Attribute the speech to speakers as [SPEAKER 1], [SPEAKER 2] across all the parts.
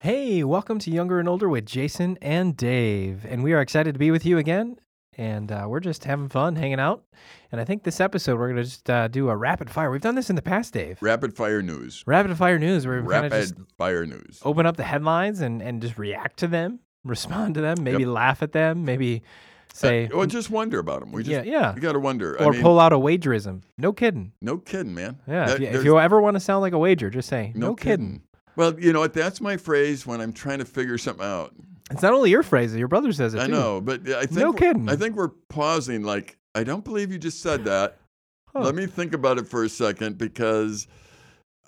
[SPEAKER 1] Hey, welcome to Younger and Older with Jason and Dave. And we are excited to be with you again. And uh, we're just having fun hanging out. And I think this episode, we're going to just uh, do a rapid fire. We've done this in the past, Dave.
[SPEAKER 2] Rapid fire news.
[SPEAKER 1] rapid fire news, where we kind of
[SPEAKER 2] Rapid
[SPEAKER 1] just Oh,
[SPEAKER 2] fire news.
[SPEAKER 1] open up the headlines and, and just react to them, respond to them, maybe laugh at them, maybe say,
[SPEAKER 2] Or just wonder about them. Uh, oh, We just,
[SPEAKER 1] yeah, yeah.
[SPEAKER 2] you got to wonder. I
[SPEAKER 1] Or
[SPEAKER 2] mean,
[SPEAKER 1] pull out a wagerism. No kidding.
[SPEAKER 2] no kidding, man.
[SPEAKER 1] Yeah.
[SPEAKER 2] That-
[SPEAKER 1] if, you, if
[SPEAKER 2] there's
[SPEAKER 1] you ever want to sound like a wager, just say, no, kidding.
[SPEAKER 2] Well, you know what? That's my phrase when I'm trying to figure something out.
[SPEAKER 1] It's not only your phrase, your brother says it
[SPEAKER 2] I
[SPEAKER 1] too.
[SPEAKER 2] know, but I think
[SPEAKER 1] No
[SPEAKER 2] we're-
[SPEAKER 1] kidding.
[SPEAKER 2] I think we're pausing. Like, I don't believe you just said that.
[SPEAKER 1] Huh.
[SPEAKER 2] Let me think about it for a second because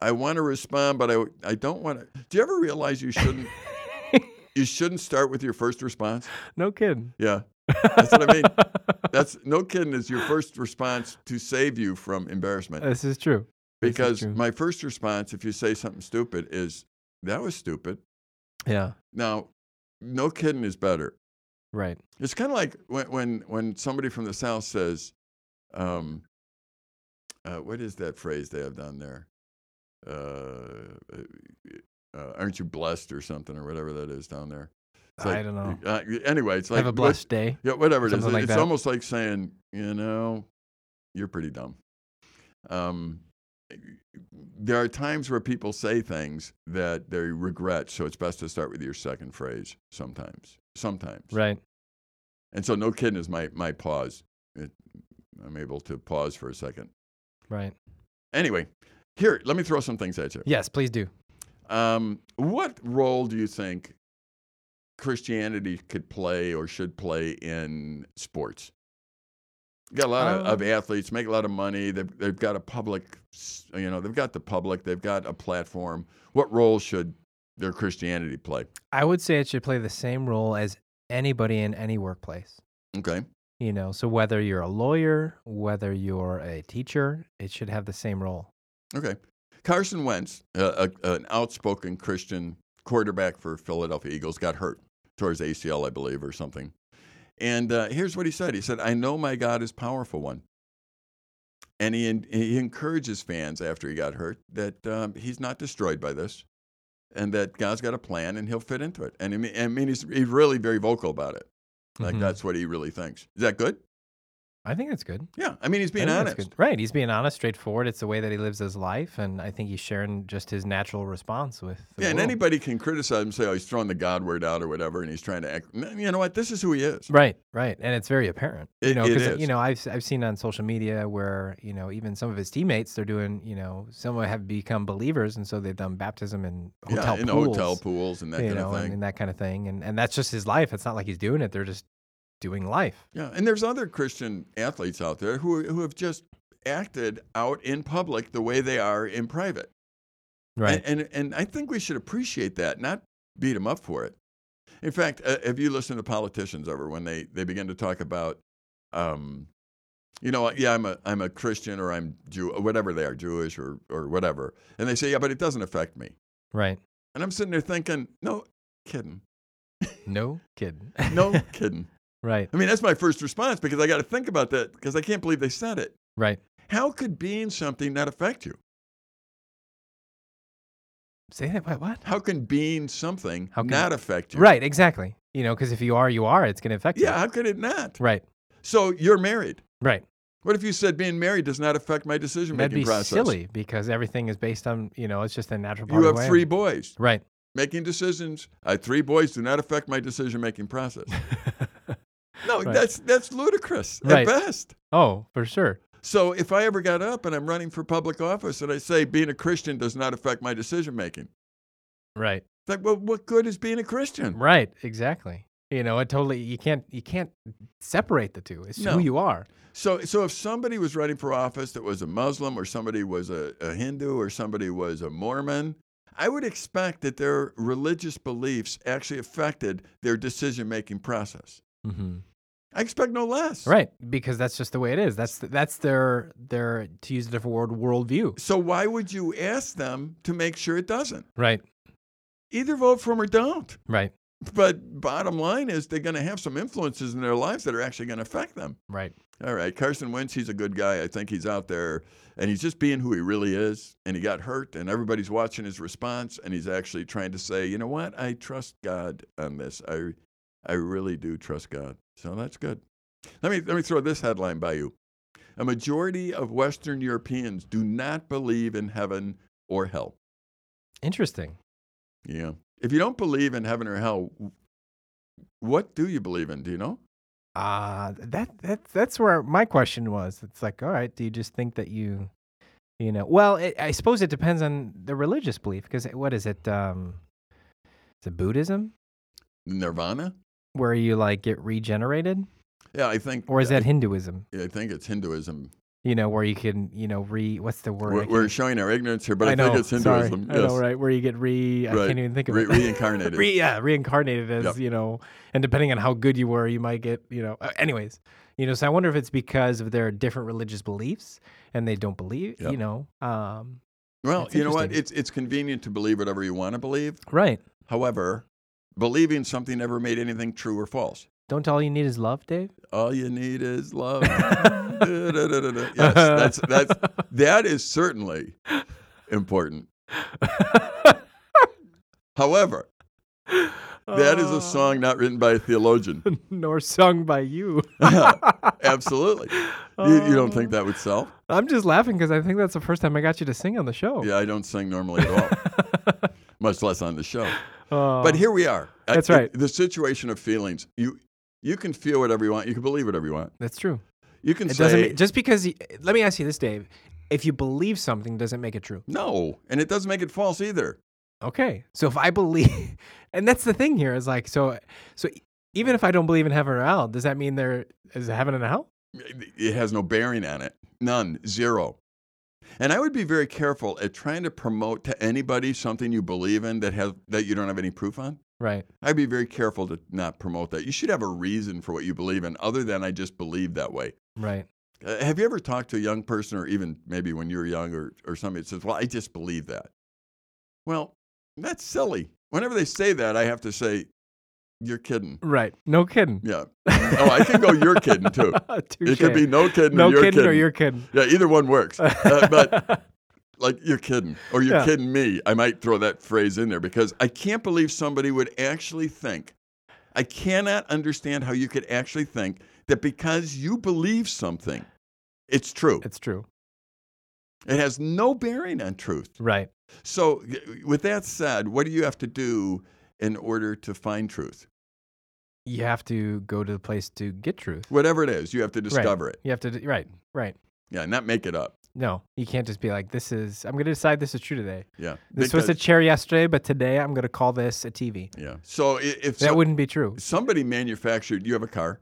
[SPEAKER 2] I want to respond, but I I don't want to. Do you ever realize you shouldn't you shouldn't start with your first response?
[SPEAKER 1] No kidding.
[SPEAKER 2] Yeah. That's what I mean. That's no kidding is your first response to save you from embarrassment.
[SPEAKER 1] This is true. This is
[SPEAKER 2] because
[SPEAKER 1] true.
[SPEAKER 2] my first response if you say something stupid is that was stupid.
[SPEAKER 1] yeah,
[SPEAKER 2] Now, no kidding is better.
[SPEAKER 1] right.
[SPEAKER 2] It's kind of like when when when somebody from the south says um uh, what is that phrase they have down there? Uh, uh, aren't you blessed or something or whatever that is down there? It's
[SPEAKER 1] I don't know.
[SPEAKER 2] Uh, anyway, it's like
[SPEAKER 1] Have a
[SPEAKER 2] what-
[SPEAKER 1] blessed day.
[SPEAKER 2] yeah, whatever it is.
[SPEAKER 1] Something like
[SPEAKER 2] it's
[SPEAKER 1] that.
[SPEAKER 2] almost like saying, you know, you're pretty dumb. Um, there are times where people say things that they regret, so it's best to start with your second phrase sometimes. Sometimes.
[SPEAKER 1] Right.
[SPEAKER 2] And so, no kidding is my, my pause. It, I'm able to pause for a second.
[SPEAKER 1] Right.
[SPEAKER 2] Anyway, here, let me throw some things at you.
[SPEAKER 1] Yes, please do.
[SPEAKER 2] Um, what role do you think Christianity could play or should play in sports? Got a lot of,
[SPEAKER 1] Um,
[SPEAKER 2] of athletes make a lot of money. They've, they've got a public, s- you know, they've got the public. They've got a platform. What role should their Christianity play?
[SPEAKER 1] I would say it should play the same role as anybody in any workplace.
[SPEAKER 2] Okay,
[SPEAKER 1] You know, so whether you're a lawyer, whether you're a teacher, it should have the same role.
[SPEAKER 2] okay. Carson Wentz, uh, a, an outspoken Christian quarterback for Philadelphia Eagles, got hurt towards ACL, I believe, or something. And uh, here's what he said. He said, "I know my God is powerful one." And he he encourages fans after he got hurt that um, he's not destroyed by this, and that God's got a plan and he'll fit into it. And I mean, I mean he's, he's really very vocal about it. Like
[SPEAKER 1] Mhm.
[SPEAKER 2] that's what he really thinks. Is that good?
[SPEAKER 1] I think that's good.
[SPEAKER 2] Yeah. I mean, he's
[SPEAKER 1] I
[SPEAKER 2] being
[SPEAKER 1] think that's
[SPEAKER 2] honest.
[SPEAKER 1] good. Right. He's being honest, straightforward. It's the way that he lives his life. And I think he's sharing just his natural response with. The
[SPEAKER 2] Yeah, and
[SPEAKER 1] world.
[SPEAKER 2] anybody can criticize him, say, "Oh, he's throwing the God word out or whatever," and he's trying to act. n- You know what? This is who he is.
[SPEAKER 1] Right, right, and it's very apparent. you
[SPEAKER 2] It-
[SPEAKER 1] know,
[SPEAKER 2] it
[SPEAKER 1] 'cause, uh,
[SPEAKER 2] is.
[SPEAKER 1] you know, I've s- I've seen on social media where you know even some of his teammates they're doing you know some have become believers and so they've done baptism in hotel
[SPEAKER 2] yeah, in
[SPEAKER 1] pools,
[SPEAKER 2] hotel pools and that
[SPEAKER 1] you
[SPEAKER 2] kind
[SPEAKER 1] know,
[SPEAKER 2] of
[SPEAKER 1] and,
[SPEAKER 2] thing.
[SPEAKER 1] and that kind of thing, and and that's just his life. It's not like he's doing it; they're just doing life.
[SPEAKER 2] Yeah, and there's other Christian athletes out there who who have just acted out in public the way they are in private.
[SPEAKER 1] Right,
[SPEAKER 2] And, and and I think we should appreciate that, not beat them up for it. In fact, uh, if you listen to politicians ever when they they begin to talk about, um, you know, yeah, I'm a I'm a Christian or I'm Jew, or whatever they are, Jewish or or whatever, and they say, yeah, but it doesn't affect me.
[SPEAKER 1] right.
[SPEAKER 2] And I'm sitting there thinking, no kidding,
[SPEAKER 1] No kidding.
[SPEAKER 2] no kidding.
[SPEAKER 1] right,
[SPEAKER 2] I mean, that's my first response because I got to think about that because I can't believe they said it.
[SPEAKER 1] right.
[SPEAKER 2] How could being something not affect you?
[SPEAKER 1] Say that. What? what?
[SPEAKER 2] How can being something
[SPEAKER 1] How can-
[SPEAKER 2] not affect you?
[SPEAKER 1] Right, exactly. You know, because if you are, you are. It's going to affect
[SPEAKER 2] Yeah,
[SPEAKER 1] you.
[SPEAKER 2] how could it not?
[SPEAKER 1] Right,
[SPEAKER 2] So you're married.
[SPEAKER 1] right.
[SPEAKER 2] What if you said being married does not affect my decision
[SPEAKER 1] That'd be
[SPEAKER 2] making process?
[SPEAKER 1] silly because everything is based on you know it's just a natural. Part
[SPEAKER 2] You
[SPEAKER 1] of
[SPEAKER 2] have
[SPEAKER 1] the way.
[SPEAKER 2] three boys
[SPEAKER 1] Right.
[SPEAKER 2] making decisions. I have three boys do not affect my decision making process. No,
[SPEAKER 1] Right.
[SPEAKER 2] that's that's ludicrous
[SPEAKER 1] Right.
[SPEAKER 2] at best.
[SPEAKER 1] oh, for sure.
[SPEAKER 2] So if I ever got up and I'm running for public office and I say being a Christian does not affect my decision making,
[SPEAKER 1] Right.
[SPEAKER 2] it's like, well, what good is being a Christian?
[SPEAKER 1] Right. Exactly. You know, it totally you can't you can't separate the two. It's
[SPEAKER 2] No.
[SPEAKER 1] who you are.
[SPEAKER 2] So, so if somebody was running for office that was a Muslim, or somebody was a, a Hindu, or somebody was a Mormon, I would expect that their religious beliefs actually affected their decision making process.
[SPEAKER 1] Mm-hmm.
[SPEAKER 2] I expect no less.
[SPEAKER 1] Right. Because that's just the way it is. That's th- that's their their to use a different word worldview.
[SPEAKER 2] So why would you ask them to make sure it doesn't?
[SPEAKER 1] Right.
[SPEAKER 2] Either vote for 'em or don't.
[SPEAKER 1] Right.
[SPEAKER 2] But bottom line is they're going to have some influences in their lives that are actually going to affect them.
[SPEAKER 1] Right.
[SPEAKER 2] All right, Carson Wentz, he's a good guy. I think he's out there and he's just being who he really is. And he got hurt, and everybody's watching his response. And he's actually trying to say, you know what? I trust God on this. I, I really do trust God. So that's good. Let me, let me throw this headline by you A majority of Western Europeans do not believe in heaven or hell.
[SPEAKER 1] Interesting.
[SPEAKER 2] Yeah. If you don't believe in heaven or hell, what do you believe in? Do you know?
[SPEAKER 1] Uh that that that's where my question was. It's like, all right, do you just think that you, you know, well, it, I suppose it depends on the religious belief because what is it? Um, is it Buddhism
[SPEAKER 2] Nirvana?
[SPEAKER 1] where you like get regenerated,
[SPEAKER 2] Yeah, I think.
[SPEAKER 1] or is that Hinduism?
[SPEAKER 2] I think it's Hinduism.
[SPEAKER 1] You know, where you can, you know, re what's the word? I
[SPEAKER 2] We're,
[SPEAKER 1] can't-
[SPEAKER 2] we're showing our ignorance here, but
[SPEAKER 1] I,
[SPEAKER 2] I,
[SPEAKER 1] know,
[SPEAKER 2] think it's
[SPEAKER 1] sorry.
[SPEAKER 2] Hinduism.
[SPEAKER 1] I know, right? Where you get re, I
[SPEAKER 2] Right.
[SPEAKER 1] can't even think of
[SPEAKER 2] Re-
[SPEAKER 1] it.
[SPEAKER 2] reincarnated.
[SPEAKER 1] Re- yeah, reincarnated as
[SPEAKER 2] Yep.
[SPEAKER 1] you know, and depending on how good you were, you might get you know. uh, anyways, you know, so I wonder if it's because of their different religious beliefs and they don't believe,
[SPEAKER 2] Yep.
[SPEAKER 1] you know, um,
[SPEAKER 2] Well,
[SPEAKER 1] That's
[SPEAKER 2] you know what?
[SPEAKER 1] interesting.
[SPEAKER 2] It's it's convenient to believe whatever you want to believe.
[SPEAKER 1] right?
[SPEAKER 2] However, believing something never made anything true or false.
[SPEAKER 1] Don't all you need is love, Dave?
[SPEAKER 2] All you need is love. Da-da-da-da-da. yes, that's that's that is certainly important. However, that
[SPEAKER 1] Uh.
[SPEAKER 2] is a song not written by a theologian.
[SPEAKER 1] nor sung by you.
[SPEAKER 2] Absolutely. You, you don't think
[SPEAKER 1] Um.
[SPEAKER 2] that would sell?
[SPEAKER 1] I'm just laughing because I think that's the first time I got you to sing on the show.
[SPEAKER 2] Yeah, I don't sing normally at all, much less on the show.
[SPEAKER 1] Oh,
[SPEAKER 2] But here we are. I-
[SPEAKER 1] That's right.
[SPEAKER 2] it- the situation of feelings. You you can feel whatever you want. You can believe whatever you want.
[SPEAKER 1] that's true.
[SPEAKER 2] You can
[SPEAKER 1] It
[SPEAKER 2] say
[SPEAKER 1] doesn't mean, just because. y- Let me ask you this, Dave. If you believe something, doesn't make it true.
[SPEAKER 2] no, and it doesn't make it false either.
[SPEAKER 1] Okay. So if I believe, and that's the thing here is like so. So e, even if I don't believe in heaven or hell, does that mean there is a heaven and a hell?
[SPEAKER 2] It it has no bearing on it. None. Zero. And I would be very careful at trying to promote to anybody something you believe in that has that you don't have any proof on.
[SPEAKER 1] Right.
[SPEAKER 2] I'd be very careful to not promote that. You should have a reason for what you believe in other than I just believe that way.
[SPEAKER 1] Right.
[SPEAKER 2] Uh, have you ever talked to a young person, or even maybe when you were young, or, or somebody that says, Well, I just believe that? Well, that's silly. Whenever they say that, I have to say, You're kidding.
[SPEAKER 1] Right. No kidding.
[SPEAKER 2] Yeah. Oh, I can go, You're kidding too. It could be no kidding
[SPEAKER 1] no
[SPEAKER 2] or you're
[SPEAKER 1] kidding,
[SPEAKER 2] kidding.
[SPEAKER 1] or you're kidding.
[SPEAKER 2] Yeah, either one works. Uh, but like, You're kidding or You're
[SPEAKER 1] Yeah.
[SPEAKER 2] kidding me. I might throw that phrase in there because I can't believe somebody would actually think. I cannot understand how you could actually think that because you believe something, it's true.
[SPEAKER 1] it's true.
[SPEAKER 2] It has no bearing on truth.
[SPEAKER 1] Right.
[SPEAKER 2] So, y- with that said, what do you have to do in order to find truth?
[SPEAKER 1] You have to go to the place to get truth.
[SPEAKER 2] Whatever it is, you have to discover it.
[SPEAKER 1] You have to. d- Right. Right.
[SPEAKER 2] Yeah, not make it up.
[SPEAKER 1] No, you can't just be like, "This is." I'm going to decide this is true today.
[SPEAKER 2] Yeah.
[SPEAKER 1] This was a
[SPEAKER 2] because-
[SPEAKER 1] chair yesterday, but today I'm going to call this a TV.
[SPEAKER 2] yeah. So, i- if
[SPEAKER 1] That
[SPEAKER 2] so-
[SPEAKER 1] wouldn't be true.
[SPEAKER 2] somebody manufactured, you have a car,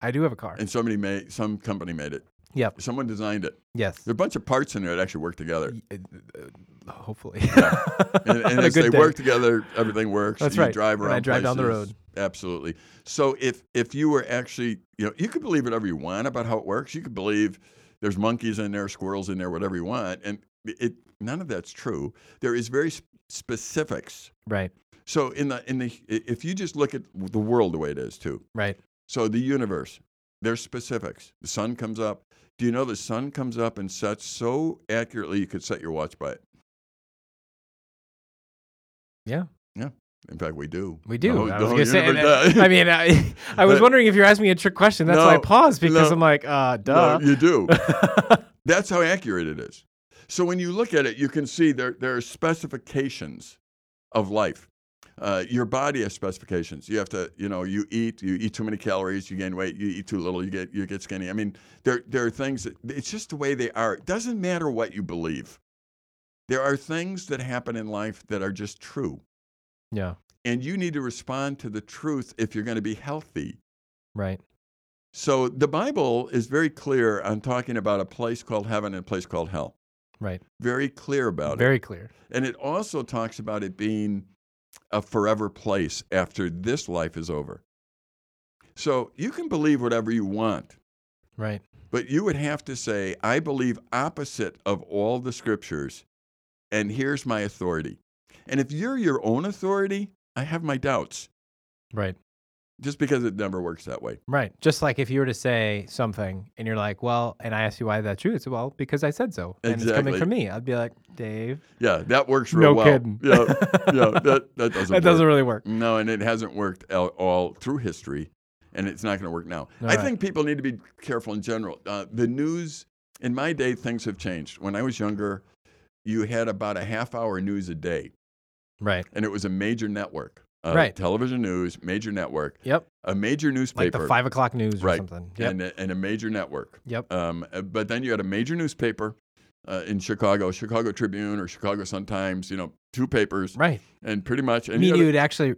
[SPEAKER 1] I do have a car.
[SPEAKER 2] and somebody made, some company made it.
[SPEAKER 1] Yep.
[SPEAKER 2] Someone designed it.
[SPEAKER 1] Yes.
[SPEAKER 2] There are a bunch of parts in there that actually work together.
[SPEAKER 1] Y- uh, uh, Hopefully.
[SPEAKER 2] And,
[SPEAKER 1] On
[SPEAKER 2] and
[SPEAKER 1] a
[SPEAKER 2] as
[SPEAKER 1] good
[SPEAKER 2] they
[SPEAKER 1] day.
[SPEAKER 2] work together, everything works.
[SPEAKER 1] That's
[SPEAKER 2] you
[SPEAKER 1] right.
[SPEAKER 2] Drive
[SPEAKER 1] And
[SPEAKER 2] around.
[SPEAKER 1] I drive down the
[SPEAKER 2] places.
[SPEAKER 1] road.
[SPEAKER 2] Absolutely. So if if you were actually, you know, you could believe whatever you want about how it works. You could believe there's monkeys in there, squirrels in there, whatever you want, and it none of that's true. There is very sp- specifics.
[SPEAKER 1] Right.
[SPEAKER 2] So in the in the if you just look at the world the way it is too.
[SPEAKER 1] Right.
[SPEAKER 2] So the universe, there's specifics. The sun comes up. Do you know the sun comes up and sets so accurately you could set your watch by it?
[SPEAKER 1] Yeah.
[SPEAKER 2] Yeah. In fact, we do.
[SPEAKER 1] We do.
[SPEAKER 2] The whole-
[SPEAKER 1] I
[SPEAKER 2] the
[SPEAKER 1] was
[SPEAKER 2] whole
[SPEAKER 1] gonna say. and
[SPEAKER 2] universe
[SPEAKER 1] I-
[SPEAKER 2] does.
[SPEAKER 1] I mean, I, I was
[SPEAKER 2] But-
[SPEAKER 1] wondering if you're asking me a trick question. That's why I
[SPEAKER 2] No,
[SPEAKER 1] paused because
[SPEAKER 2] no,
[SPEAKER 1] I'm like, uh, duh.
[SPEAKER 2] No, you do. That's how accurate it is. So when you look at it, you can see there, there are specifications of life. Uh, your body has specifications. You have to, you know, you eat, you eat too many calories, you gain weight. You eat too little, you get you get skinny. I mean, there there are things that it's just the way they are. It doesn't matter what you believe. There are things that happen in life that are just true,
[SPEAKER 1] yeah.
[SPEAKER 2] and you need to respond to the truth if you're going to be healthy.
[SPEAKER 1] Right.
[SPEAKER 2] So the Bible is very clear on talking about a place called heaven and a place called hell.
[SPEAKER 1] Right.
[SPEAKER 2] Very clear about it.
[SPEAKER 1] Very clear.
[SPEAKER 2] And it also talks about it being a forever place after this life is over. So you can believe whatever you want,
[SPEAKER 1] Right.
[SPEAKER 2] but you would have to say, I believe opposite of all the scriptures, and here's my authority. And if you're your own authority, I have my doubts.
[SPEAKER 1] Right.
[SPEAKER 2] just because it never works that way.
[SPEAKER 1] Right. Just like if you were to say something and you're like, well, and I asked you why that's true, it's well, because I said so. And it's coming
[SPEAKER 2] Exactly.
[SPEAKER 1] from me. I'd be like, Dave,
[SPEAKER 2] Yeah, that works real
[SPEAKER 1] no
[SPEAKER 2] well.
[SPEAKER 1] kidding.
[SPEAKER 2] Yeah, yeah, that, that doesn't.
[SPEAKER 1] that doesn't
[SPEAKER 2] work.
[SPEAKER 1] really work.
[SPEAKER 2] No, and it hasn't worked at all through history, and it's not going to work now.
[SPEAKER 1] All
[SPEAKER 2] I
[SPEAKER 1] right.
[SPEAKER 2] think people need to be careful in general. Uh, the news in my day, things have changed. When I was younger, you had about a half hour news a day,
[SPEAKER 1] Right.
[SPEAKER 2] and it was a major network. Uh,
[SPEAKER 1] Right.
[SPEAKER 2] Television news, major network,
[SPEAKER 1] Yep.
[SPEAKER 2] a major
[SPEAKER 1] Like
[SPEAKER 2] newspaper,
[SPEAKER 1] the five o'clock news or
[SPEAKER 2] Right.
[SPEAKER 1] something. Yep.
[SPEAKER 2] and, a, and a major network.
[SPEAKER 1] yep.
[SPEAKER 2] Um, uh, but then you had a major newspaper uh, in Chicago, Chicago Tribune or Chicago Sun Times. You know, two papers,
[SPEAKER 1] Right.
[SPEAKER 2] and pretty much,
[SPEAKER 1] You
[SPEAKER 2] uh, and
[SPEAKER 1] mean
[SPEAKER 2] you
[SPEAKER 1] you
[SPEAKER 2] had
[SPEAKER 1] would actually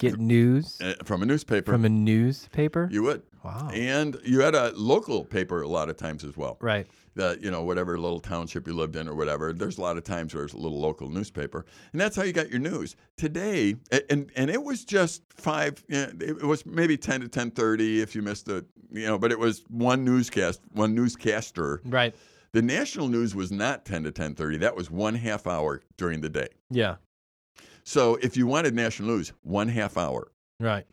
[SPEAKER 1] get news
[SPEAKER 2] a- uh, from a newspaper,
[SPEAKER 1] from a newspaper?
[SPEAKER 2] you would,
[SPEAKER 1] Wow.
[SPEAKER 2] and you had a local paper a lot of times as well.
[SPEAKER 1] Right.
[SPEAKER 2] That you know, whatever little township you lived in or whatever, there's a lot of times where it's a little local newspaper, and that's how you got your news today. a- And and it was just five, yeah, it was maybe ten to ten thirty if you missed the, you know, but it was one newscast, one newscaster.
[SPEAKER 1] Right.
[SPEAKER 2] The national news was not 10 to 10:30. That was one half hour during the day.
[SPEAKER 1] Yeah.
[SPEAKER 2] So if you wanted national news, one half hour,
[SPEAKER 1] Right.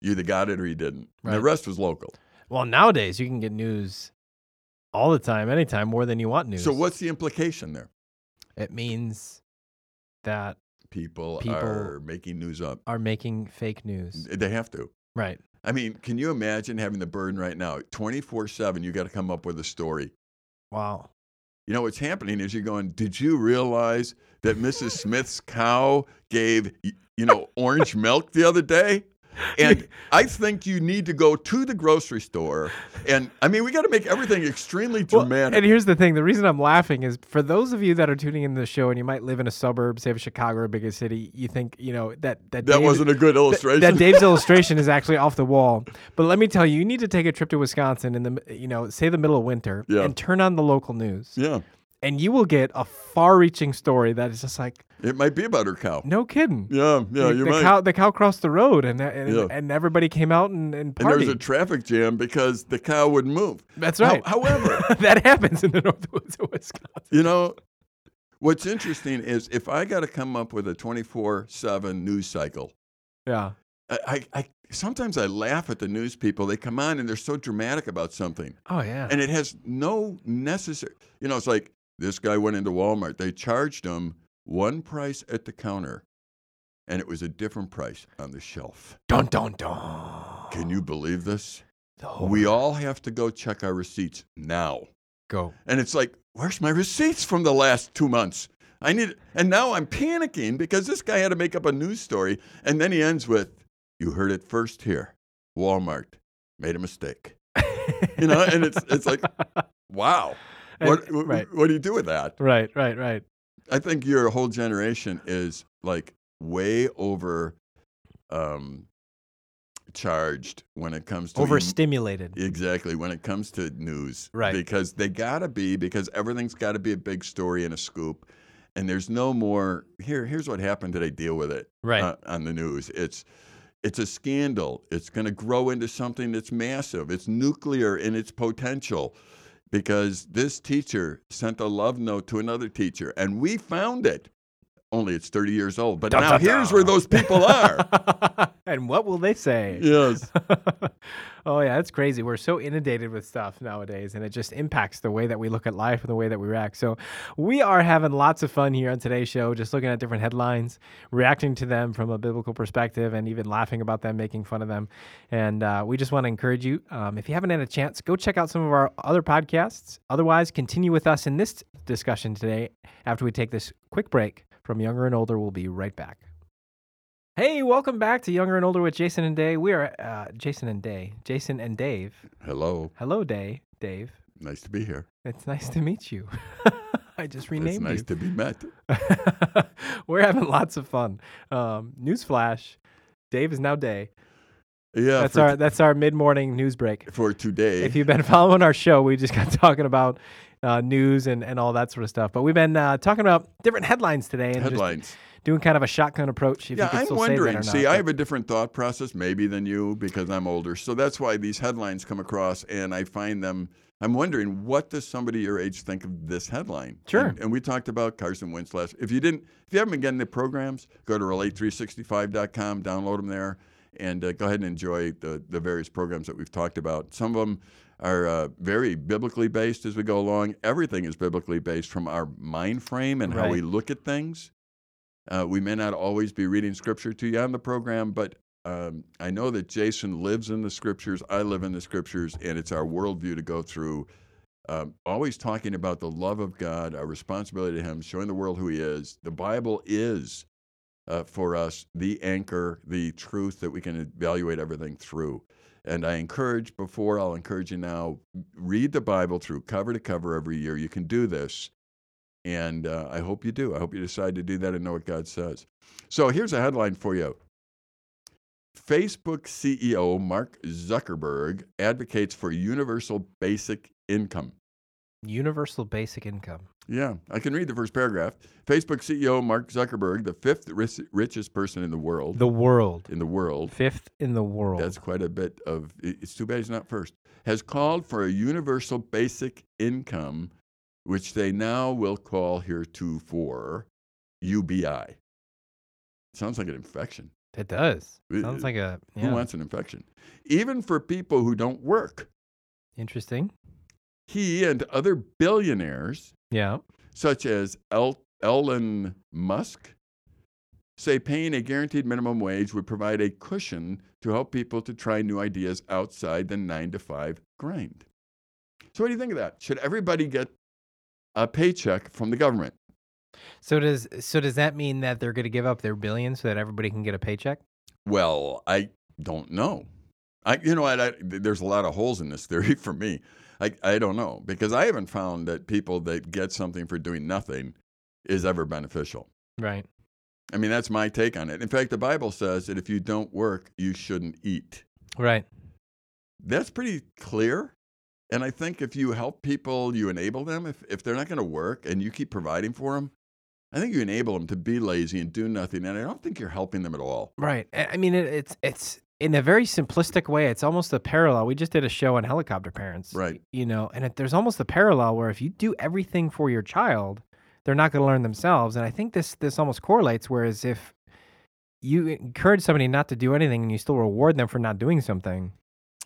[SPEAKER 2] you either got it or you didn't. And the
[SPEAKER 1] Right.
[SPEAKER 2] rest was local.
[SPEAKER 1] Well, nowadays you can get news all the time, anytime, more than you want news.
[SPEAKER 2] So what's the implication there?
[SPEAKER 1] It means that
[SPEAKER 2] People,
[SPEAKER 1] People-
[SPEAKER 2] are making news up.
[SPEAKER 1] are making fake news.
[SPEAKER 2] They have to.
[SPEAKER 1] Right.
[SPEAKER 2] I mean, can you imagine having the burden right now, 24/7? You got to come up with a story.
[SPEAKER 1] Wow.
[SPEAKER 2] You know what's happening is you're going. Did you realize that Mrs. Smith's cow gave y- you know orange milk the other day? And I think you need to go to the grocery store. And I mean, we got to make everything extremely
[SPEAKER 1] Well,
[SPEAKER 2] dramatic.
[SPEAKER 1] and here's the thing the reason I'm laughing is for those of you that are tuning in to the show and you might live in a suburb, say of Chicago or a bigger city, you think, you know, that that,
[SPEAKER 2] that
[SPEAKER 1] Dave-
[SPEAKER 2] wasn't a good
[SPEAKER 1] that-
[SPEAKER 2] illustration.
[SPEAKER 1] That Dave's illustration is actually off the wall. But let me tell you, you need to take a trip to Wisconsin in the, you know, say the middle of winter
[SPEAKER 2] Yeah.
[SPEAKER 1] and turn on the local news.
[SPEAKER 2] yeah,
[SPEAKER 1] And you will get a far reaching story that is just like,
[SPEAKER 2] it might be about her cow.
[SPEAKER 1] no kidding.
[SPEAKER 2] Yeah,
[SPEAKER 1] the,
[SPEAKER 2] yeah, you
[SPEAKER 1] the
[SPEAKER 2] might.
[SPEAKER 1] cow the cow crossed the road and and,
[SPEAKER 2] Yeah.
[SPEAKER 1] and everybody came out and and
[SPEAKER 2] and there
[SPEAKER 1] partied.
[SPEAKER 2] was a traffic jam because the cow wouldn't move.
[SPEAKER 1] That's
[SPEAKER 2] How-
[SPEAKER 1] right.
[SPEAKER 2] however,
[SPEAKER 1] that happens in the North Woods of Wisconsin.
[SPEAKER 2] You know, what's interesting is if I got to come up with a 24/7 news cycle,
[SPEAKER 1] Yeah.
[SPEAKER 2] I, I, I sometimes I laugh at the news people. They come on and they're so dramatic about something,
[SPEAKER 1] Oh yeah.
[SPEAKER 2] and it has no necessary. You know, it's like this guy went into Walmart. They charged him one price at the counter, and it was a different price on the shelf.
[SPEAKER 1] dun dun dun.
[SPEAKER 2] Can you believe this?
[SPEAKER 1] Oh,
[SPEAKER 2] We all have to go check our receipts now.
[SPEAKER 1] go.
[SPEAKER 2] And it's like, where's my receipts from the last two months? I need, and now I'm panicking because this guy had to make up a news story. And then he ends with, you heard it first here. Walmart made a mistake. You know, and it's, it's like, wow. What,
[SPEAKER 1] And- right.
[SPEAKER 2] what do you do with that?
[SPEAKER 1] Right. Right. Right.
[SPEAKER 2] I think your whole generation is like way over um, charged when it comes to em-
[SPEAKER 1] Overstimulated.
[SPEAKER 2] Exactly. When it comes to news,
[SPEAKER 1] Right.
[SPEAKER 2] Because they gotta be because everything's got to be a big story and a scoop, and there's no more. Here, here's what happened today. Deal with it
[SPEAKER 1] Right.
[SPEAKER 2] uh, on the news. It's it's a scandal. It's going to grow into something that's massive. It's nuclear in its potential. Because this teacher sent a love note to another teacher, and we found it. Only it's 30 years old. But
[SPEAKER 1] Dun,
[SPEAKER 2] now
[SPEAKER 1] dun,
[SPEAKER 2] here's
[SPEAKER 1] dun.
[SPEAKER 2] where those people are.
[SPEAKER 1] and what will they say?
[SPEAKER 2] yes.
[SPEAKER 1] oh yeah, that's crazy. We're so inundated with stuff nowadays, and it just impacts the way that we look at life and the way that we react. So we are having lots of fun here on today's show, just looking at different headlines, reacting to them from a biblical perspective, and even laughing about them, making fun of them. And uh, we just want to encourage you. Um, if you haven't had a chance, go check out some of our other podcasts. Otherwise, continue with us in this discussion today. After we take this quick break from younger and older, we'll be right back. Hey, welcome back to Younger and Older with Jason and Day. We are uh, Jason and Day. Jason and Dave.
[SPEAKER 2] Hello.
[SPEAKER 1] Hello, Day. Dave.
[SPEAKER 2] Nice to be here.
[SPEAKER 1] It's nice to meet you. I just
[SPEAKER 2] It's
[SPEAKER 1] renamed
[SPEAKER 2] nice
[SPEAKER 1] you.
[SPEAKER 2] to be met.
[SPEAKER 1] We're having lots of fun. Um, newsflash: Dave is now Day.
[SPEAKER 2] Yeah,
[SPEAKER 1] That's
[SPEAKER 2] Oh, for,
[SPEAKER 1] our that's our mid morning news break.
[SPEAKER 2] for today.
[SPEAKER 1] If you've been following our show, we just got talking about uh, news and, and all that sort of stuff. But we've been uh, talking about different headlines today and
[SPEAKER 2] headlines.
[SPEAKER 1] just doing kind of a shotgun approach. If you
[SPEAKER 2] Yeah,
[SPEAKER 1] could
[SPEAKER 2] I'm
[SPEAKER 1] still Say
[SPEAKER 2] wondering.
[SPEAKER 1] that or
[SPEAKER 2] See,
[SPEAKER 1] not,
[SPEAKER 2] I
[SPEAKER 1] but-
[SPEAKER 2] have a different thought process maybe than you because I'm older. So that's why these headlines come across and I find them. I'm wondering what does somebody your age think of this headline?
[SPEAKER 1] Sure.
[SPEAKER 2] And, and we talked about Carson Wentz last. If you didn't, if you haven't been getting the programs, go to relate365.com, download them there, and uh, go ahead and enjoy the, the various programs that we've talked about. Some of them are uh, very biblically based as we go along. Everything is biblically based from our mind frame and how we look at things. Uh, we may not always be reading scripture to you on the program, but um, I know that Jason lives in the scriptures. I live in the scriptures, and it's our worldview to go through. Um, always talking about the love of God, our responsibility to Him, showing the world who He is. The Bible is uh, for us the anchor, the truth that we can evaluate everything through. And I encourage, before I'll encourage you now, read the Bible through cover to cover every year. You can do this. And uh, I hope you do. I hope you decide to do that and know what God says. So here's a headline for you Facebook CEO Mark Zuckerberg advocates for universal basic income.
[SPEAKER 1] Universal basic income.
[SPEAKER 2] Yeah, I can read the first paragraph. Facebook CEO Mark Zuckerberg, the fifth ris- richest person in the world,
[SPEAKER 1] The world.
[SPEAKER 2] in the world,
[SPEAKER 1] Fifth in the world.
[SPEAKER 2] that's quite a bit of. it- It's too bad he's not first. Has called for a universal basic income, which they now will call heretofore UBI. Sounds like an infection.
[SPEAKER 1] it does.
[SPEAKER 2] It-
[SPEAKER 1] Sounds like a
[SPEAKER 2] Who
[SPEAKER 1] yeah.
[SPEAKER 2] wants an infection? Even for people who don't work,
[SPEAKER 1] interesting.
[SPEAKER 2] he and other billionaires
[SPEAKER 1] Yeah.
[SPEAKER 2] such as El- Elon Musk, say paying a guaranteed minimum wage would provide a cushion to help people to try new ideas outside the nine to five grind. So, what do you think of that? Should everybody get a paycheck from the government?
[SPEAKER 1] So does so does that mean that they're going to give up their billions so that everybody can get a paycheck?
[SPEAKER 2] Well, I don't know. I, you know, I, I, there's a lot of holes in this theory for me. I, I don't know because I haven't found that people that get something for doing nothing is ever beneficial.
[SPEAKER 1] Right.
[SPEAKER 2] I mean, that's my take on it. In fact, the Bible says that if you don't work, you shouldn't eat.
[SPEAKER 1] Right.
[SPEAKER 2] That's pretty clear. And I think if you help people, you enable them. If, if they're not going to work and you keep providing for them, I think you enable them to be lazy and do nothing. And I don't think you're helping them at all.
[SPEAKER 1] Right. I I mean, it, it's it's in a very simplistic way. It's almost a parallel. We just did a show on helicopter parents,
[SPEAKER 2] Right.
[SPEAKER 1] You know, and it, there's almost a parallel where if you do everything for your child, they're not going to learn themselves. And I think this this almost correlates. Whereas if you encourage somebody not to do anything and you still reward them for not doing something,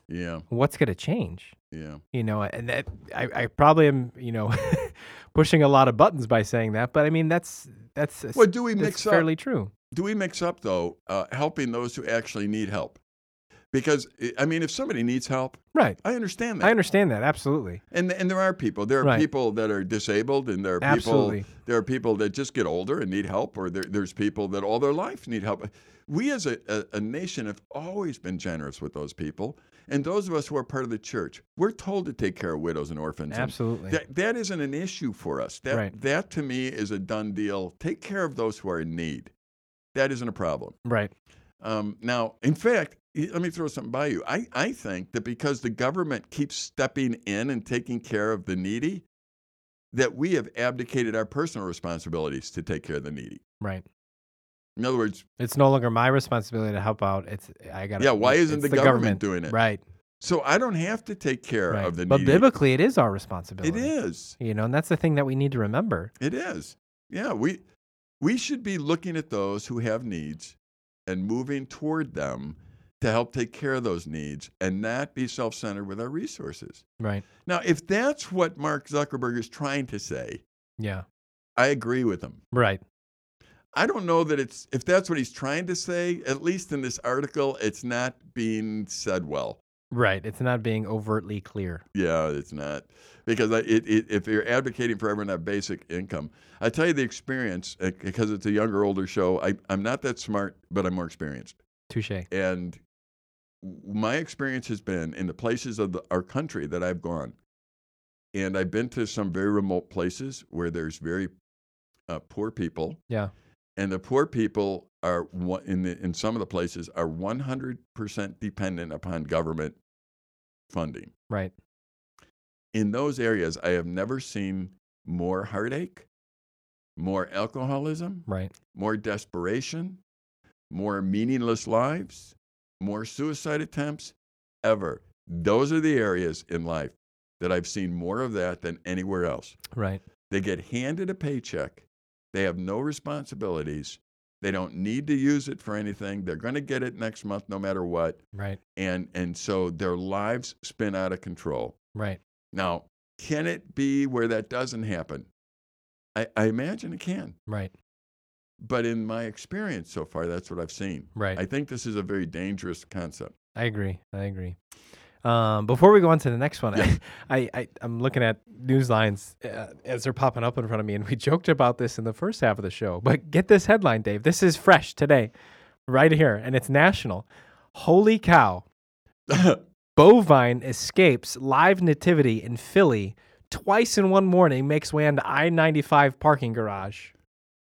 [SPEAKER 2] Yeah,
[SPEAKER 1] what's going to change?
[SPEAKER 2] yeah.
[SPEAKER 1] You know, and that I, I probably am, you know, pushing a lot of buttons by saying that, but I mean that's that's
[SPEAKER 2] Well, do we
[SPEAKER 1] that's
[SPEAKER 2] mix up?
[SPEAKER 1] fairly true.
[SPEAKER 2] do we mix up though uh, helping those who actually need help? Because I- I mean, if somebody needs help,
[SPEAKER 1] Right.
[SPEAKER 2] I understand that.
[SPEAKER 1] I understand that absolutely.
[SPEAKER 2] And and there are people. There are
[SPEAKER 1] Right.
[SPEAKER 2] people that are disabled, and there are
[SPEAKER 1] Absolutely.
[SPEAKER 2] people. There are people that just get older and need help, or there, there's people that all their life need help. We as a, a, a nation have always been generous with those people, and those of us who are part of the church, we're told to take care of widows and orphans. and
[SPEAKER 1] Absolutely.
[SPEAKER 2] that, that isn't an issue for us. That
[SPEAKER 1] Right.
[SPEAKER 2] that to me is a done deal. Take care of those who are in need. That isn't a problem.
[SPEAKER 1] Right.
[SPEAKER 2] Um, now, in fact, y- let me throw something by you. I, I think that because the government keeps stepping in and taking care of the needy, that we have abdicated our personal responsibilities to take care of the needy.
[SPEAKER 1] Right.
[SPEAKER 2] In other words,
[SPEAKER 1] It's no longer my responsibility to help out. It's I got.
[SPEAKER 2] yeah, why isn't the, government, doing it?
[SPEAKER 1] Right.
[SPEAKER 2] So I don't have to take care
[SPEAKER 1] right.
[SPEAKER 2] of the
[SPEAKER 1] but
[SPEAKER 2] needy.
[SPEAKER 1] biblically, it is our
[SPEAKER 2] it
[SPEAKER 1] responsibility.
[SPEAKER 2] is.
[SPEAKER 1] You know, and that's the thing that we need to remember.
[SPEAKER 2] It is. Yeah, we we should be looking at those who have needs and moving toward them to help take care of those needs and not be self-centered with our resources.
[SPEAKER 1] Right.
[SPEAKER 2] Now, if that's what Mark Zuckerberg is trying to say,
[SPEAKER 1] Yeah.
[SPEAKER 2] I agree with him.
[SPEAKER 1] Right.
[SPEAKER 2] I don't know that it's if that's what he's trying to say, at least in this article, it's not being said well.
[SPEAKER 1] Right. It's not being overtly clear.
[SPEAKER 2] Yeah, it's not because I, it, it, if you're advocating for everyone to have basic income, I tell you the experience uh, because it's a younger, older show. I, I'm not that smart, but I'm more experienced.
[SPEAKER 1] Touche.
[SPEAKER 2] And my experience has been in the places of the, our country that I've gone, and I've been to some very remote places where there's very uh, poor people.
[SPEAKER 1] Yeah.
[SPEAKER 2] And the poor people are one- in the, in some of the places are 100% dependent upon government funding.
[SPEAKER 1] Right.
[SPEAKER 2] In those areas, I have never seen more heartache, more alcoholism,
[SPEAKER 1] Right.
[SPEAKER 2] more desperation, more meaningless lives, more suicide attempts ever. Those are the areas in life that I've seen more of that than anywhere else.
[SPEAKER 1] Right.
[SPEAKER 2] They get handed a paycheck, they have no responsibilities, They don't need to use it for anything. They're going to get it next month no matter what.
[SPEAKER 1] Right.
[SPEAKER 2] And and so their lives spin out of control.
[SPEAKER 1] Right.
[SPEAKER 2] Now, can it be where that doesn't happen? I, I imagine it can.
[SPEAKER 1] Right.
[SPEAKER 2] But in my experience so far, that's what I've seen.
[SPEAKER 1] Right.
[SPEAKER 2] I think this is a very dangerous concept.
[SPEAKER 1] I agree. I agree. Um, before we go on to the next one,
[SPEAKER 2] Yeah.
[SPEAKER 1] I, I, I'm looking at news lines uh, as they're popping up in front of me, and we joked about this in the first half of the show. But get this headline, Dave. This is fresh today, right here, and it's national. Holy cow! Bovine escapes live nativity in Philly twice in one morning, makes way into I-95 parking garage.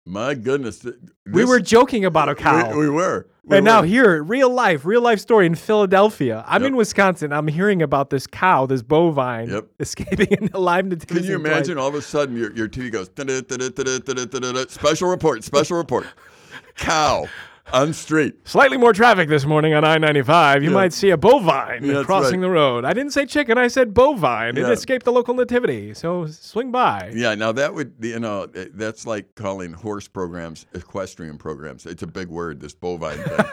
[SPEAKER 2] my goodness. th-
[SPEAKER 1] we
[SPEAKER 2] this-
[SPEAKER 1] were joking about a cow.
[SPEAKER 2] We, we were. We
[SPEAKER 1] and now
[SPEAKER 2] were.
[SPEAKER 1] here, real life, real life story in Philadelphia. I'm
[SPEAKER 2] Yep.
[SPEAKER 1] in Wisconsin. I'm hearing about this cow, this bovine,
[SPEAKER 2] Yep.
[SPEAKER 1] escaping in a live nativity.
[SPEAKER 2] Can you
[SPEAKER 1] in Dwight.
[SPEAKER 2] imagine all of a sudden your, your TV goes, "Da-da, da-da, da-da, da-da, da-da, da." special report, special report. Cow on street.
[SPEAKER 1] Slightly more traffic this morning on I-95. You
[SPEAKER 2] Yeah.
[SPEAKER 1] might see a bovine
[SPEAKER 2] Yeah, that's
[SPEAKER 1] crossing
[SPEAKER 2] right.
[SPEAKER 1] the road. I didn't say chicken. I said bovine.
[SPEAKER 2] Yeah.
[SPEAKER 1] It escaped the local nativity. So swing by.
[SPEAKER 2] Yeah, now that would, you know, eh, that's like calling horse programs equestrian programs. It's a big word, this bovine thing.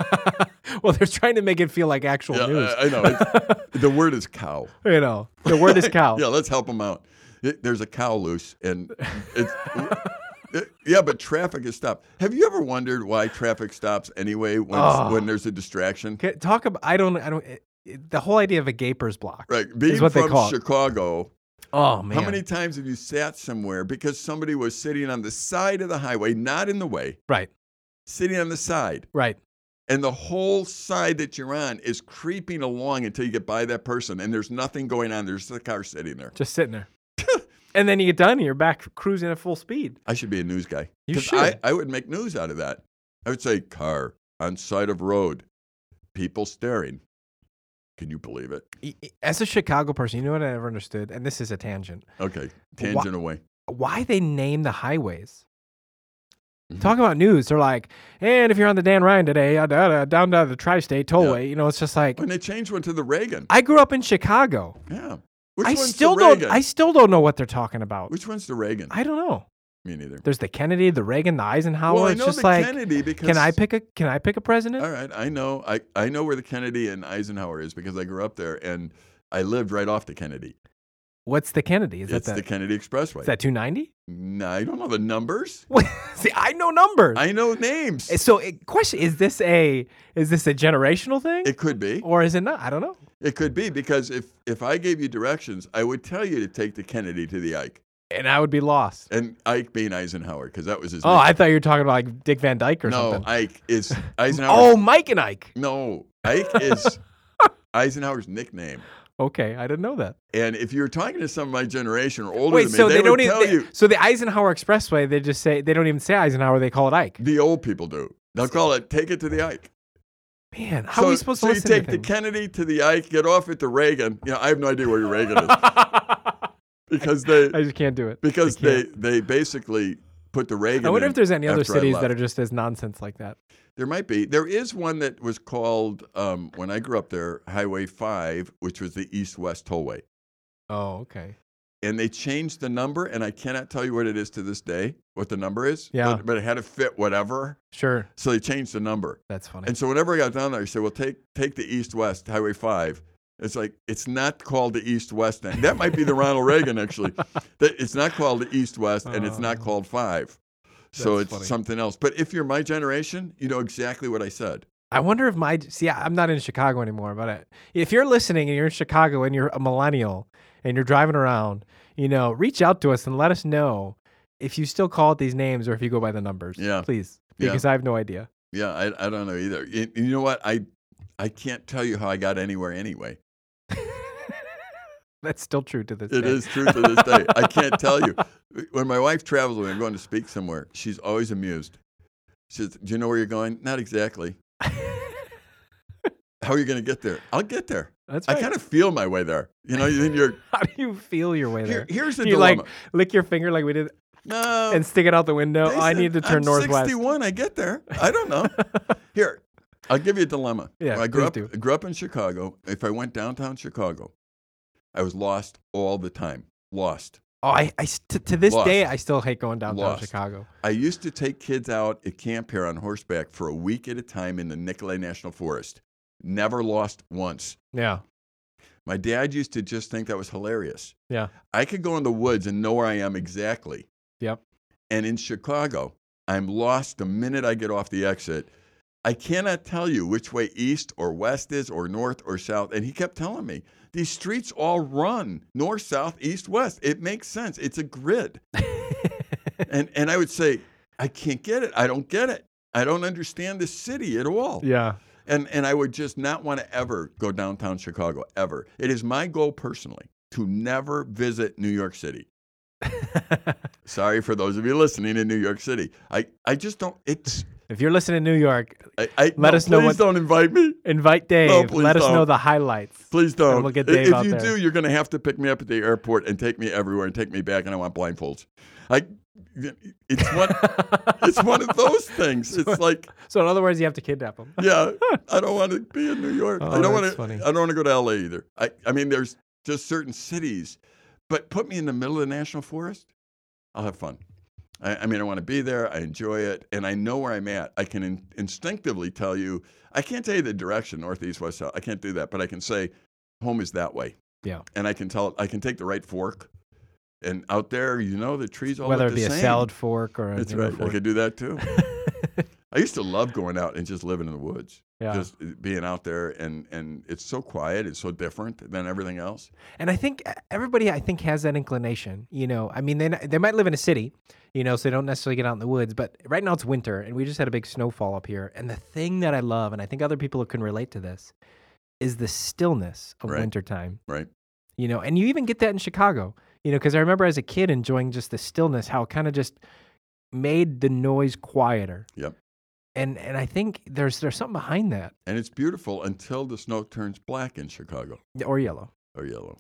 [SPEAKER 1] well, they're trying to make it feel like actual
[SPEAKER 2] Yeah,
[SPEAKER 1] news.
[SPEAKER 2] I, I know. It's- the word is cow.
[SPEAKER 1] you know, the word is cow.
[SPEAKER 2] Yeah, let's help them out. It- There's a cow loose, and it's. it- Yeah, but traffic is stopped. Have you ever wondered why traffic stops anyway when,
[SPEAKER 1] Oh.
[SPEAKER 2] when there's a distraction?
[SPEAKER 1] Okay, Talk about. I don't. I don't. It, it- the whole idea of a gaper's block.
[SPEAKER 2] Right, being
[SPEAKER 1] what they
[SPEAKER 2] from
[SPEAKER 1] call it.
[SPEAKER 2] Chicago,
[SPEAKER 1] Oh man.
[SPEAKER 2] How many times have you sat somewhere because somebody was sitting on the side of the highway, not in the way,
[SPEAKER 1] Right.
[SPEAKER 2] sitting on the side,
[SPEAKER 1] Right.
[SPEAKER 2] and the whole side that you're on is creeping along until you get by that person, and there's nothing going on. There's the car sitting there.
[SPEAKER 1] just sitting there. and then you get done, and you're back cruising at full speed.
[SPEAKER 2] I should be a news guy.
[SPEAKER 1] You
[SPEAKER 2] 'Cause
[SPEAKER 1] should.
[SPEAKER 2] I, I would make news out of that. I would say, car on side of road, people staring. Can you believe it?
[SPEAKER 1] E- e- As a Chicago person, you know what I never understood, and this is a tangent.
[SPEAKER 2] Okay, tangent away.
[SPEAKER 1] Why they name the highways?
[SPEAKER 2] Mhm.
[SPEAKER 1] Talk about news. They're like, and if you're on the Dan Ryan today, uh, da- da- down to the tri-state tollway, you know, it's just like.
[SPEAKER 2] When they changed one to the Reagan.
[SPEAKER 1] I grew up in Chicago.
[SPEAKER 2] yeah. Which
[SPEAKER 1] I
[SPEAKER 2] one's the
[SPEAKER 1] still don't.
[SPEAKER 2] Reagan?
[SPEAKER 1] I still don't know what they're talking about.
[SPEAKER 2] Which one's the Reagan?
[SPEAKER 1] I don't know.
[SPEAKER 2] Me neither.
[SPEAKER 1] There's the Kennedy, the Reagan, the Eisenhower.
[SPEAKER 2] well, I
[SPEAKER 1] it's
[SPEAKER 2] know
[SPEAKER 1] just
[SPEAKER 2] the
[SPEAKER 1] like,
[SPEAKER 2] Kennedy because
[SPEAKER 1] can I pick a? Can I pick a president?
[SPEAKER 2] All right, I know. I, I know where the Kennedy and Eisenhower is because I grew up there and I lived right off the Kennedy.
[SPEAKER 1] What's the Kennedy? Is that
[SPEAKER 2] it's
[SPEAKER 1] the?
[SPEAKER 2] the Kennedy Expressway.
[SPEAKER 1] is that 290?
[SPEAKER 2] no, I don't know the numbers.
[SPEAKER 1] See, I know numbers.
[SPEAKER 2] I know names.
[SPEAKER 1] So, it, question is this a is this a generational thing,
[SPEAKER 2] it could be.
[SPEAKER 1] or is it not? I don't know.
[SPEAKER 2] It could be because if if I gave you directions, I would tell you to take the Kennedy to the Ike
[SPEAKER 1] And I would be lost.
[SPEAKER 2] and Ike being Eisenhower because that was his.
[SPEAKER 1] Oh, I thought you were talking about like Dick Van Dyke or
[SPEAKER 2] no,
[SPEAKER 1] something.
[SPEAKER 2] Ike is Eisenhower.
[SPEAKER 1] Oh, Mike and Ike.
[SPEAKER 2] no, Ike is Eisenhower's nickname.
[SPEAKER 1] Okay, I didn't know that.
[SPEAKER 2] And if you're talking to some of my generation or older
[SPEAKER 1] Wait,
[SPEAKER 2] than me,
[SPEAKER 1] so they,
[SPEAKER 2] would
[SPEAKER 1] don't
[SPEAKER 2] tell
[SPEAKER 1] even. they-
[SPEAKER 2] you
[SPEAKER 1] So the Eisenhower Expressway, they just say they don't even say Eisenhower. They call it Ike.
[SPEAKER 2] The old people do. They'll call it take it to the Ike.
[SPEAKER 1] Man, how are we supposed
[SPEAKER 2] so
[SPEAKER 1] to
[SPEAKER 2] you
[SPEAKER 1] listen
[SPEAKER 2] take
[SPEAKER 1] to
[SPEAKER 2] the
[SPEAKER 1] things?
[SPEAKER 2] Kennedy to the Ike, get off at the Reagan. You know, I have no idea where your Reagan is because they
[SPEAKER 1] I just can't do it.
[SPEAKER 2] because
[SPEAKER 1] I
[SPEAKER 2] they
[SPEAKER 1] can't.
[SPEAKER 2] they basically put the Reagan.
[SPEAKER 1] I wonder
[SPEAKER 2] in
[SPEAKER 1] if there's any other
[SPEAKER 2] after I
[SPEAKER 1] cities that
[SPEAKER 2] left.
[SPEAKER 1] are just as nonsense like that.
[SPEAKER 2] There might be. There is one that was called um, when I grew up there, Highway Five, which was the East West Tollway,
[SPEAKER 1] Oh, okay.
[SPEAKER 2] and they changed the number, and I cannot tell you what it is to this day, what the number is.
[SPEAKER 1] Yeah.
[SPEAKER 2] But, but it had to fit whatever,
[SPEAKER 1] Sure,
[SPEAKER 2] so they changed the number.
[SPEAKER 1] that's funny.
[SPEAKER 2] And so whenever I got down there, I said, "Well, take take the East West Highway 5. It's like it's not called the East West. now. That might be the Ronald Reagan actually. That it's not called the East West, and it's not
[SPEAKER 1] Oh.
[SPEAKER 2] called Five. So
[SPEAKER 1] That's
[SPEAKER 2] it's
[SPEAKER 1] funny.
[SPEAKER 2] something else. But if you're my generation, you know exactly what I said.
[SPEAKER 1] I wonder if my see, I- I'm not in Chicago anymore, but I, if you're listening and you're in Chicago and you're a millennial and you're driving around, you know, reach out to us and let us know if you still call it these names or if you go by the numbers.
[SPEAKER 2] Yeah.
[SPEAKER 1] please,
[SPEAKER 2] Yeah.
[SPEAKER 1] because I have no idea.
[SPEAKER 2] Yeah, I, I don't know either. You, you know what? I I can't tell you how I got anywhere anyway.
[SPEAKER 1] That's still true to this
[SPEAKER 2] It
[SPEAKER 1] day.
[SPEAKER 2] is true to this day. I can't tell you. When my wife travels with me, I'm going to speak somewhere. She's always amused. She says, "Do you know where you're going?" Not exactly. How are you going to get there? I'll get there.
[SPEAKER 1] That's
[SPEAKER 2] I
[SPEAKER 1] right.
[SPEAKER 2] kind of feel my way there. You know, then you're
[SPEAKER 1] How do you feel your way
[SPEAKER 2] here,
[SPEAKER 1] there?
[SPEAKER 2] here's the
[SPEAKER 1] Do you
[SPEAKER 2] dilemma.
[SPEAKER 1] like lick your finger like we did
[SPEAKER 2] no,
[SPEAKER 1] and stick it out the window?
[SPEAKER 2] they
[SPEAKER 1] Oh, I
[SPEAKER 2] said
[SPEAKER 1] need to turn
[SPEAKER 2] I'm
[SPEAKER 1] northwest.
[SPEAKER 2] 61, I get there. I don't know. here, I'll give you a dilemma.
[SPEAKER 1] Yeah,
[SPEAKER 2] When I grew
[SPEAKER 1] please
[SPEAKER 2] up.
[SPEAKER 1] do.
[SPEAKER 2] I grew up in Chicago. If I went downtown Chicago, I was lost all the time. Lost.
[SPEAKER 1] Oh, I, I st- to this
[SPEAKER 2] Lost.
[SPEAKER 1] day I still hate going downtown
[SPEAKER 2] Lost.
[SPEAKER 1] Chicago.
[SPEAKER 2] I used to take kids out at camp here on horseback for a week at a time in the Nicolay National Forest. Never lost once.
[SPEAKER 1] Yeah,
[SPEAKER 2] My dad used to just think that was hilarious.
[SPEAKER 1] Yeah.
[SPEAKER 2] I could go in the woods and know where I am exactly.
[SPEAKER 1] Yep.
[SPEAKER 2] And in Chicago, I'm lost the minute I get off the exit. I cannot tell you which way east or west is or north or south. And he kept telling me these streets all run north, south, east, west. It makes sense. It's a grid. and and I would say, I can't get it. I don't get it. I don't understand this city at all
[SPEAKER 1] yeah.
[SPEAKER 2] and and I would just not want to ever go downtown Chicago ever. It is my goal personally to never visit New York City. Sorry for those of you listening in New York City. I, I just don't. It's
[SPEAKER 1] if you're listening in New York,
[SPEAKER 2] I, I
[SPEAKER 1] Let
[SPEAKER 2] no,
[SPEAKER 1] us know
[SPEAKER 2] Please
[SPEAKER 1] what-
[SPEAKER 2] don't invite me.
[SPEAKER 1] invite Dave.
[SPEAKER 2] please
[SPEAKER 1] Let us know
[SPEAKER 2] don't.
[SPEAKER 1] the highlights.
[SPEAKER 2] Please don't.
[SPEAKER 1] we'll get
[SPEAKER 2] I-
[SPEAKER 1] Dave
[SPEAKER 2] if
[SPEAKER 1] out
[SPEAKER 2] you
[SPEAKER 1] there.
[SPEAKER 2] do, you're going to have to pick me up at the airport and take me everywhere and take me back, and I want blindfolds. I it's one it's one of those things. It's like
[SPEAKER 1] So in other words, you have to kidnap him.
[SPEAKER 2] yeah, I don't want to be in New York.
[SPEAKER 1] Oh,
[SPEAKER 2] I don't want
[SPEAKER 1] that's
[SPEAKER 2] to.
[SPEAKER 1] funny.
[SPEAKER 2] I don't want to go to LA either. I, I mean, there's just certain cities, but put me in the middle of the national forest, I'll have fun. I, I mean, I want to be there. I enjoy it, and I know where I'm at. I can in, instinctively tell you. I can't tell you the direction, northeast, west, south. I can't do that, but I can say, home is that way.
[SPEAKER 1] Yeah.
[SPEAKER 2] and I can tell. I can take the right fork, and out there, you know, the trees all
[SPEAKER 1] Whether
[SPEAKER 2] look
[SPEAKER 1] it be
[SPEAKER 2] the
[SPEAKER 1] a
[SPEAKER 2] same.
[SPEAKER 1] salad fork or a
[SPEAKER 2] That's
[SPEAKER 1] dinner
[SPEAKER 2] right. I
[SPEAKER 1] fork.
[SPEAKER 2] could do that too. I used to love going out and just living in the woods
[SPEAKER 1] yeah.
[SPEAKER 2] just being out there and and it's so quiet it's so different than everything else
[SPEAKER 1] And I think e, everybody, I think, has that inclination. You know, I mean, they they might live in a city, you know, so they don't necessarily get out in the woods. But right now it's winter, and we just had a big snowfall up here. And the thing that I love, and I think other people can relate to this, is the stillness of
[SPEAKER 2] Right.
[SPEAKER 1] wintertime.
[SPEAKER 2] Right.
[SPEAKER 1] You know, and you even get that in Chicago. You know, because I remember as a kid enjoying just the stillness, how it kind of just made the noise quieter.
[SPEAKER 2] Yep.
[SPEAKER 1] And and I think there's there's something behind that
[SPEAKER 2] and it's beautiful until the snow turns black in chicago
[SPEAKER 1] or yellow.
[SPEAKER 2] or yellow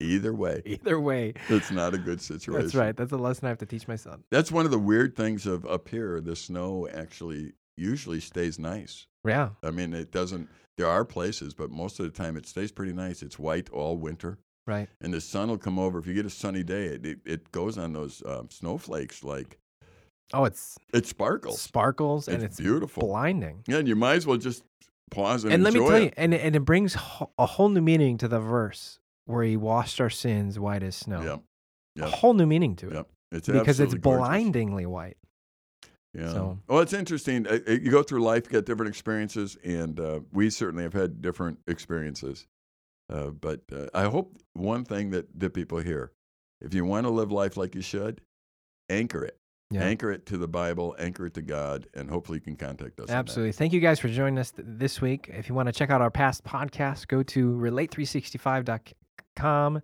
[SPEAKER 2] either way
[SPEAKER 1] Either way,
[SPEAKER 2] it's not a good situation
[SPEAKER 1] that's right. That's a lesson I have to teach my son.
[SPEAKER 2] that's one of the weird things of up here the snow actually usually stays nice
[SPEAKER 1] Yeah.
[SPEAKER 2] i mean it doesn't there are places but most of the time it stays pretty nice it's white all winter
[SPEAKER 1] Right.
[SPEAKER 2] and the sun will come over if you get a sunny day it, it, it goes on those um, snowflakes like
[SPEAKER 1] Oh, it's
[SPEAKER 2] it sparkles
[SPEAKER 1] sparkles and it's,
[SPEAKER 2] it's beautiful
[SPEAKER 1] blinding.
[SPEAKER 2] Yeah, and you might as well just pause and,
[SPEAKER 1] And let me
[SPEAKER 2] enjoy
[SPEAKER 1] tell
[SPEAKER 2] it.
[SPEAKER 1] you, and and it brings ho- a whole new meaning to the verse where he washed our sins white as snow.
[SPEAKER 2] Yeah, yeah.
[SPEAKER 1] A whole new meaning to it
[SPEAKER 2] yeah, it's
[SPEAKER 1] because it's
[SPEAKER 2] absolutely gorgeous.
[SPEAKER 1] blindingly white.
[SPEAKER 2] Yeah.
[SPEAKER 1] so-
[SPEAKER 2] Well, it's interesting. Uh, uh, You go through life, get different experiences, and uh, we certainly have had different experiences. Uh, but uh, I hope one thing that that people hear: if you want to live life like you should, anchor it.
[SPEAKER 1] Yeah.
[SPEAKER 2] Anchor it to the Bible, anchor it to God, and hopefully you can contact us. on that.
[SPEAKER 1] Absolutely. Thank you guys for joining us th- this week. If you want to check out our past podcasts, go to relate365.com.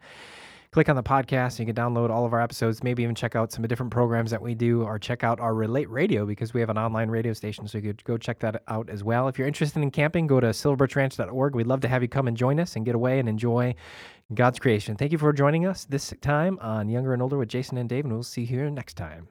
[SPEAKER 1] Click on the podcast and you can download all of our episodes, maybe even check out some of the different programs that we do or check out our Relate Radio because we have an online radio station. So you could go check that out as well. If you're interested in camping, go to silverbirchranch.org. We'd love to have you come and join us and get away and enjoy God's creation. Thank you for joining us this time on Younger and Older with Jason and Dave, and we'll see you here next time.